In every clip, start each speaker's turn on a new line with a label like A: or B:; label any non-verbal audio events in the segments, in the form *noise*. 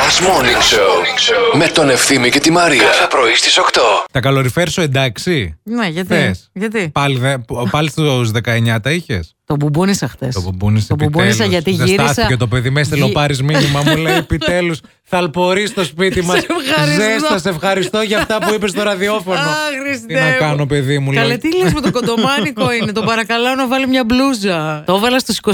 A: Last Morning Show με τον Ευθύμη και τη Μαρία. Κάθε πρωί στις 8.
B: Τα καλοριφέρ σου εντάξει.
C: Ναι, γιατί.
B: Θες.
C: γιατί.
B: Πάλι, δε- πάλι στους 19 τα είχες.
C: Το μπουμπούνισα χθες.
B: Το μπουμπούνισε.
C: Το μπουμπούνισα
B: επιτέλους.
C: γιατί
B: Ζεστάθηκε
C: γύρισα.
B: το παιδί με έστειλε ο
C: Γυ-
B: Πάρης μήνυμα. Μου
C: *laughs*
B: λέει επιτέλους θα αλπορείς στο σπίτι μα.
C: Σε ευχαριστώ.
B: Ζέστα, σε ευχαριστώ για αυτά που είπες στο ραδιόφωνο.
C: Α, Χριστέ
B: Τι να
C: μου.
B: κάνω, παιδί μου,
C: Καλέ,
B: λέει.
C: τι λες με το
B: *laughs*
C: κοντομάνικο είναι. Τον παρακαλάω να βάλει μια μπλούζα. Το έβαλα στους 21.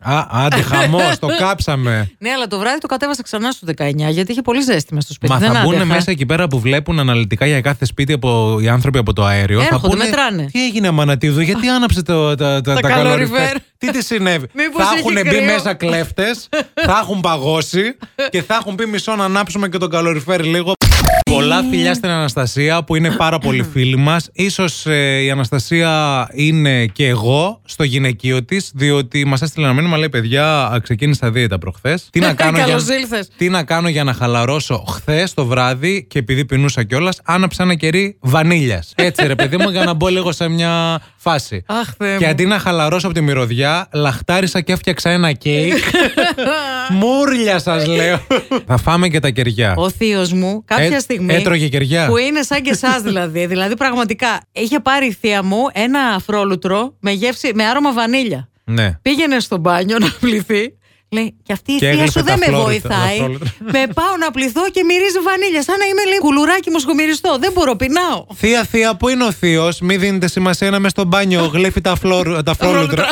B: Α, άντε, χαμός,
C: *laughs*
B: το κάψαμε.
C: Ναι, αλλά το βράδυ το κατέβασα ξανά στους 19 γιατί είχε πολύ ζέστη μες στο σπίτι.
B: Μα
C: Δεν
B: θα μπουν
C: άντεχα.
B: μέσα εκεί πέρα που βλέπουν αναλυτικά για κάθε σπίτι από, οι άνθρωποι από το αέριο. θα
C: Έρχονται,
B: πούνε,
C: μετράνε.
B: Τι έγινε, Μανατίδου, γιατί άναψε το, τα, τα,
C: Τα καλοριφέρ.
B: Τι της συνέβη.
C: *laughs* Μήπως
B: θα
C: έχει
B: έχουν μπει
C: κρύο.
B: μέσα κλέφτες, θα έχουν παγώσει και θα έχουν πει μισό να ανάψουμε και τον καλοριφέρ λίγο. Πολλά φιλιά στην Αναστασία που είναι πάρα πολύ φίλη μα. σω ε, η Αναστασία είναι και εγώ στο γυναικείο της, διότι μας έστειλε ένα μήνυμα, λέει παιδιά, ξεκίνησα δίαιτα προχθές. Τι
C: *laughs*
B: να κάνω
C: Καλώς
B: για-
C: ήλθες.
B: τι να κάνω για να χαλαρώσω χθες το βράδυ και επειδή πεινούσα κιόλας, άναψα ένα κερί βανίλιας. Έτσι, ρε παιδί μου, για να μπω λίγο σε μια φάση.
C: Αχ, Θεέ
B: και
C: μου.
B: αντί να χαλαρώσω από τη μυρωδιά, λαχτάρισα και έφτιαξα ένα κέικ.
C: *laughs*
B: Μούρλια σας λέω. Θα φάμε και τα κεριά.
C: Ο θείος μου κάποια
B: Έ-
C: στιγμή.
B: Ε, έτρωγε κεριά.
C: Που είναι σαν και εσάς δηλαδή. δηλαδή πραγματικά. Είχε πάρει η θεία μου ένα αφρόλουτρο με, γεύση, με άρωμα βανίλια.
B: Ναι.
C: Πήγαινε στο μπάνιο να πληθεί. Λέει, και αυτή η
B: Και
C: θεία
B: έγλυφε
C: σου
B: τα
C: δεν με
B: φλόριτα-
C: βοηθάει.
B: τα φλόριτα.
C: με πάω να πληθώ και μυρίζει βανίλια. Σαν να είμαι λέει, κουλουράκι μου σκομυριστό. Δεν μπορώ, πεινάω.
B: Θεία, θεία, πού είναι ο θείος, μη δίνετε σημασία να είμαι στο μπάνιο, γλέφει τα, φλόρ, τα φρόλουτρα.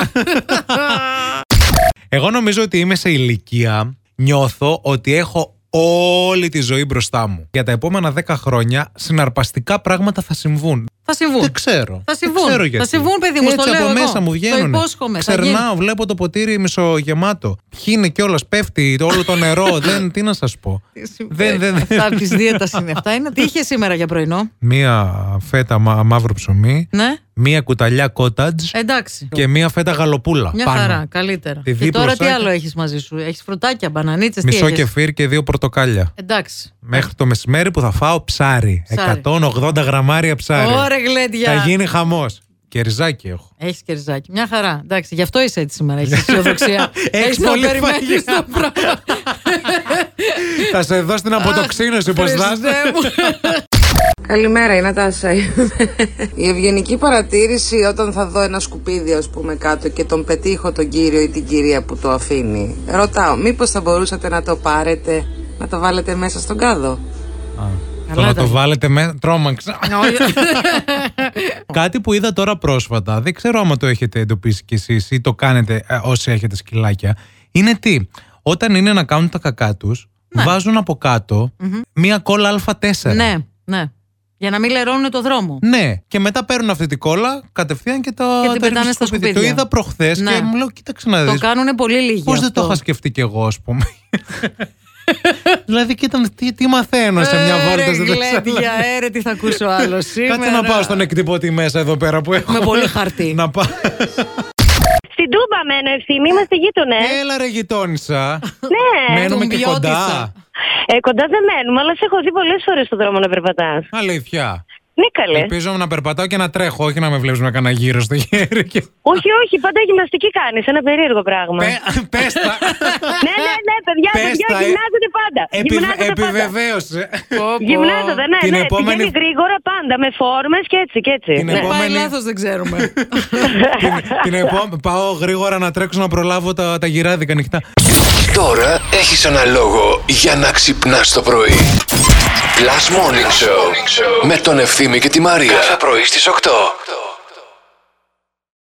B: Εγώ νομίζω ότι είμαι σε ηλικία, νιώθω ότι έχω όλη τη ζωή μπροστά μου. Για τα επόμενα 10 χρόνια συναρπαστικά πράγματα θα συμβούν.
C: Θα συμβούν.
B: Δεν ξέρω.
C: Θα συμβούν.
B: Δεν ξέρω γιατί.
C: Θα συμβούν, παιδί μου,
B: Έτσι
C: στο λέω
B: από
C: εγώ.
B: μέσα μου
C: Το
B: βγαίνουν.
C: υπόσχομαι, θα
B: Ξερνάω,
C: γίνει.
B: βλέπω το ποτήρι μισογεμάτο. Χύνει κιόλας, πέφτει όλο το
C: *laughs*
B: νερό. δεν, τι να σας πω. δεν, δεν, δεν.
C: Ε, Αυτά τη δίαιτας είναι αυτά. Είναι. Τι είχε σήμερα για πρωινό.
B: Μία φέτα μα- μαύρο ψωμί,
C: Ναι,
B: μία κουταλιά κότατζ
C: εντάξει.
B: και μία φέτα γαλοπούλα.
C: Μια
B: πάνω.
C: χαρά, καλύτερα.
B: Τη
C: και τώρα τι
B: δίπλωσάκια.
C: άλλο έχεις μαζί σου. Έχεις φρουτάκια, μπανανίτσες.
B: Μισό
C: τι έχεις?
B: κεφίρ και δύο πορτοκάλια.
C: Εντάξει.
B: Μέχρι το μεσημέρι που θα φάω ψάρι.
C: Ψάρι.
B: 180 γραμμάρια ψάρι.
C: Ωραία, γλέντια.
B: θα γίνει χαμός. Και ριζάκι
C: *laughs*
B: έχω.
C: Έχεις κερζάκι. Μια χαρά. Εντάξει, γι' αυτό είσαι έτσι
B: *laughs*
C: σήμερα. Έχεις αισιοδοξία.
B: Έχεις
C: Έχεις να
B: πολύ
C: περιμένεις
B: φαγιά.
C: το πράγμα.
B: θα σε δω στην αποτοξίνωση, πώ θα
C: Χριστέ μου.
D: Καλημέρα, η Νατάσα. είμαι. η ευγενική παρατήρηση όταν θα δω ένα σκουπίδι, ας πούμε, κάτω και τον πετύχω τον κύριο ή την κυρία που το αφήνει. Ρωτάω, μήπως θα μπορούσατε να το πάρετε, να το βάλετε μέσα στον κάδο.
B: Το
C: Καλά
B: να
C: τα-
B: το βάλετε με.
C: *coughs*
B: Τρώμαξα.
C: Ναι,
B: Κάτι που είδα τώρα πρόσφατα, δεν ξέρω άμα το έχετε εντοπίσει κι εσείς ή το κάνετε ε, όσοι έχετε σκυλάκια, είναι τι, όταν είναι να κάνουν τα κακά τους, βάζουν από κάτω μία κόλλα Α4.
C: Ναι, ναι. Για να μην λερώνουν το δρόμο.
B: Ναι, και μετά παίρνουν αυτή την κόλλα κατευθείαν και τα,
C: Και
B: τα
C: την πετάνε
B: ρίχνουν
C: στα
B: σκουπίδι. Το
C: σκουπίδια.
B: είδα προχθές και
C: Ναι.
B: μου λέω, κοίταξε να
C: Το
B: δεις.
C: κάνουν πολύ λίγοι.
B: Πώς δεν το είχα σκεφτεί κι εγώ, ας πούμε. *laughs* δηλαδή, κοίτα, τι, τι μαθαίνω σε μια βόρτα στην
C: Ε, Γλέντια, έρε, τι θα ακούσω
B: *laughs*
C: άλλο σήμερα.
B: Κάτσε να πάω στον εκτυπωτή μέσα εδώ πέρα που έχω. *laughs*
C: Με πολύ χαρτί.
B: να πάω.
E: Στην Τούμπα μένω ευθύμη, είμαστε γείτονες.
B: Έλα ρε γειτόνισσα.
E: Ε. ναι,
B: Μένουμε και
C: Τουμπιώτισσα.
B: κοντά.
E: ε, κοντά δεν μένουμε, αλλά σε έχω δει πολλές φορές στον δρόμο να περπατάς.
B: Αλήθεια.
E: Ναι, καλέ.
B: Ελπίζω να περπατάω και να τρέχω, όχι να με βλέπεις να κάνω γύρω στο χέρι. Και...
E: όχι, όχι, πάντα γυμναστική κάνεις. Ένα περίεργο πράγμα.
B: Πε, πες τα.
E: ναι, ναι, ναι, παιδιά,
B: Πες
E: παιδιά,
B: τα, ε.
E: γυμνάζονται πάντα.
B: Επι-
E: Γυμνάζονται πάντα.
B: Επιβεβαίωσε.
E: Γυμνάζονται, ναι,
B: Την
E: ναι.
B: επόμενη-
E: Πηγαίνει γρήγορα πάντα με φόρμες και έτσι και έτσι.
B: Την
E: ναι.
B: επόμενη-
C: Πάει λάθος, δεν ξέρουμε.
B: *laughs* την, την επόμενη- Πάω γρήγορα να τρέξω να προλάβω τα, τα γυράδικα ανοιχτά.
A: Τώρα έχεις ένα λόγο για να ξυπνάς το πρωί. Last Morning Show με τον Ευθύμη και τη Μαρία. Κάθε πρωί στις 8.